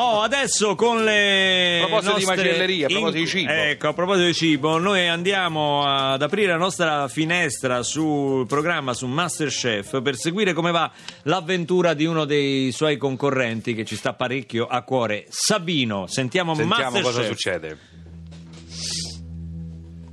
Oh, adesso con le A proposito di nostre macelleria, a proposito di cibo. Ecco, a proposito di cibo, noi andiamo ad aprire la nostra finestra sul programma su Masterchef per seguire come va l'avventura di uno dei suoi concorrenti che ci sta parecchio a cuore, Sabino. Sentiamo, Sentiamo Masterchef. cosa succede.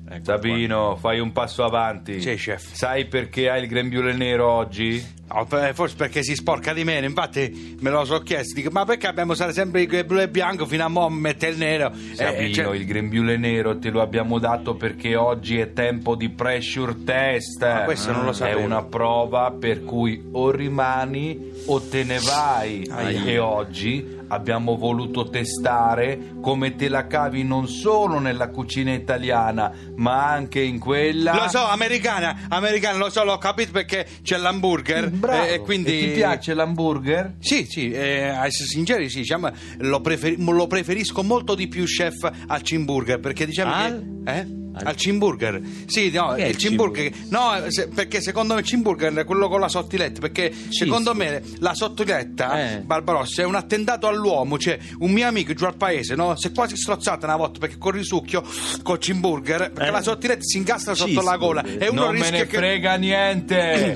Eccolo Ecco qua. Sabino, fai un passo avanti. Sì, chef. Sai perché hai il grembiule nero oggi? No, per- Oh, forse perché si sporca di meno, infatti me lo so chiesto, dico, ma perché abbiamo usato sempre il blu e bianco fino a mo' mette il nero? Eh, Sabino, cioè- il grembiule nero te lo abbiamo dato perché oggi è tempo di pressure test. Ah. Ma Ah, questo non lo sapevo. È una prova per cui o rimani o te ne vai. Aia. E oggi abbiamo voluto testare come te la cavi non solo nella cucina italiana, ma anche in quella Lo so, americana, americana, lo so, l'ho capito perché c'è l'hamburger Bravo. eh, e quindi... ti piace l'hamburger? Sì, sì, eh, a essere sinceri, sì, diciamo, lo, preferi- lo preferisco molto di più, chef, al cimburger, perché diciamo Al? che... Eh? Al cimburger, sì, no, Che è il il cimburger, no, se- perché secondo me il cimburger è quello con la sottiletta. Perché secondo me la sottiletta, Eh. Barbarossa, è un attentato all'uomo. Cioè, un mio amico giù al paese, no, si è quasi strozzata una volta perché col risucchio, col cimburger, perché Eh. la sottiletta si incastra sotto la gola e uno non me rischia ne che. frega niente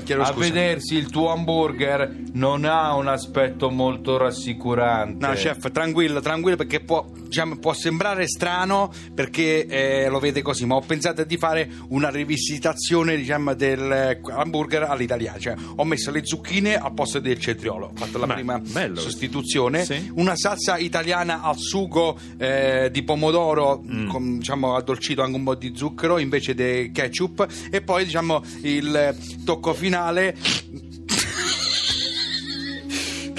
Chiedo a scusa. vedersi il tuo hamburger non ha un aspetto molto rassicurante No, chef, tranquillo, tranquillo, perché può, diciamo, può sembrare strano perché eh, lo vede così, ma ho pensato di fare una rivisitazione, diciamo, del eh, hamburger all'italiana. Cioè, ho messo le zucchine al posto del cetriolo, ho fatto la Ma, prima bello. sostituzione, Sì. una salsa italiana al sugo eh, di pomodoro, Mm. con, diciamo, addolcito anche un po' di zucchero invece del ketchup, e poi, diciamo, il eh, tocco finale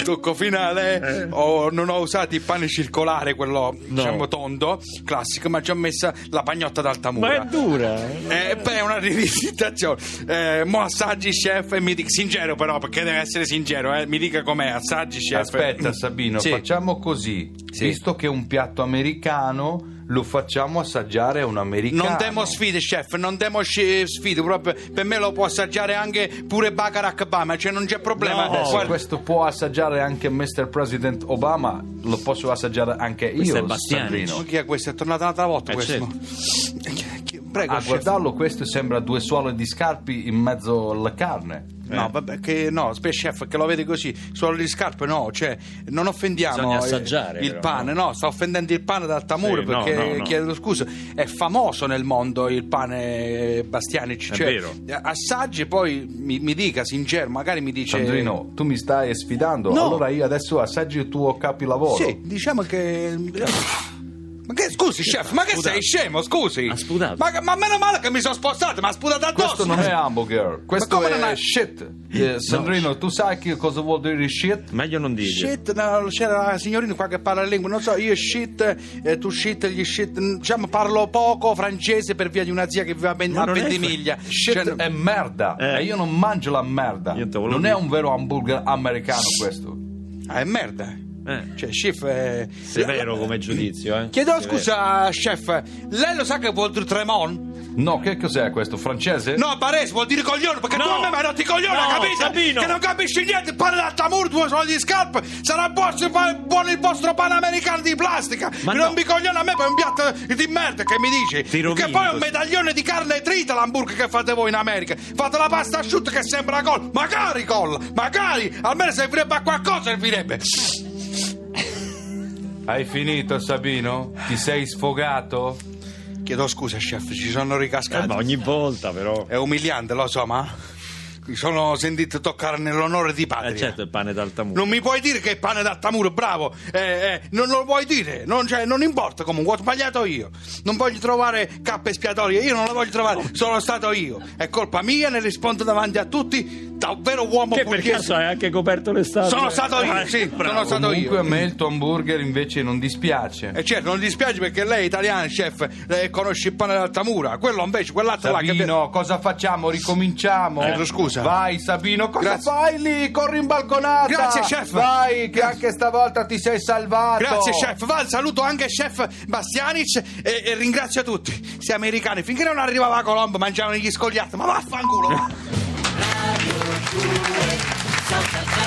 tocco Eh. finale ho- non ho usato il pane circolare quello diciamo tondo classico ma ci ho messa la pagnotta d'altamura Ma è dura. eh, beh, è una rivisitazione. Eh, mo assaggi, chef, e mi dica sincero, però, perché deve essere sincero, eh, mi dica com'è. Assaggi, chef. aspetta Sabino Sì. facciamo così Sì. visto che è un piatto americano lo facciamo assaggiare a un americano Non demo sfide, chef, non demo sci- sfide. Proprio per me lo può assaggiare anche pure Bakarak Obama, cioè non c'è problema. No. Eh, Se Guarda- questo può assaggiare anche Mr. President Obama lo posso assaggiare anche Questo è io Bastiani. Sandrino oh, Chi è questo? È tornato un'altra volta Eh, questo. certo. Chi- chi- Prego, a chef. guardarlo questo sembra due suole di scarpi in mezzo alla carne No, Eh. vabbè, che no, spe- chef, che lo vede così, suolo di scarpe, no, cioè, non offendiamo Bisogna eh, assaggiare, il però, pane, no? sta offendendo il pane d'Altamura Sì, no, perché, no, no. chiedo scusa, è famoso nel mondo il pane eh, Bastianic, È cioè, vero. eh, assaggi e poi mi, mi dica, sincero, magari mi dice... Sandrino, tu mi stai sfidando, Eh, No. allora io adesso assaggio il tuo capilavoro. Sì, diciamo che... Ma che, scusi, chef, ma che sputato. sei scemo, scusi? Ha sputato. Ma, ma meno male che mi sono spostato, ma ha sputato addosso! Eh, Questo non è hamburger, questo come è non è? shit. Eh, Sandrino, tu sai che cosa vuol dire shit? Meglio non dirlo. Shit, no, c'era la signorina qua che parla la lingua, non so, io shit, eh, tu shit, gli shit, mm, diciamo parlo poco francese per via di una zia che viveva a Ben- Ma a non è Ventimiglia. Shit Cioè, è merda Eh. e io non mangio la merda. Io te volevo Non dire. è un vero hamburger americano questo. ah, è merda. Eh. Cioè, chef è... Severo come giudizio, eh. Chiedo Severo. scusa, chef, lei lo sa che vuol dire tremon? No, che cos'è questo? Francese? No, Barese vuol dire coglione, perché No. tu a me mi hai rotto i coglioni, No, hai capito? Sabino. Che non capisci niente, parla d'altamur, due sono di scarpe, sarà vostro pa- buono il vostro pane americano di plastica. Ma Mi no. rompi i coglioni a me per un piatto di merda che mi dici. Ti rovini che poi è un così. medaglione di carne trita l'hamburger che fate voi in America. Fate la pasta asciutta che sembra gol, magari gol, magari, almeno servirebbe a qualcosa servirebbe. Hai finito, Sabino? Ti sei sfogato? Chiedo scusa, chef, ci sono Eh, ma ricascato. ogni volta però. È umiliante, lo so, ma mi sono sentito toccare nell'onore di patria. Eh, certo, il pane d'altamura. Non mi puoi dire che è pane d'altamura, bravo! Eh, eh, non lo vuoi dire, non, cioè, non importa comunque, ho sbagliato io. Non voglio trovare cappe espiatorie, io non le voglio trovare, sono stato io. È colpa mia, ne rispondo davanti a tutti, davvero uomo Che per caso borghese. hai anche coperto l'estate? Sono stato io, Eh, sì, bravo. sono stato Comunque a io. me il tuo hamburger invece non dispiace. E certo, non dispiace perché lei è italiana, chef, lei conosce il pane d'altamura, quello invece, quell'altro là che... Sabino, cosa facciamo? Ricominciamo? Eh, scusa. Vai, Sabino, cosa Grazie. fai lì? Corri in balconata. Grazie, chef. Vai, che Grazie. anche stavolta ti sei salvato. Grazie chef, va, saluto anche chef Bastianic e, e ringrazio tutti, sia americani, finché non arrivava la Colombo mangiavano gli scogliatti, ma vaffanculo! va. Radio 2, Santa Fe.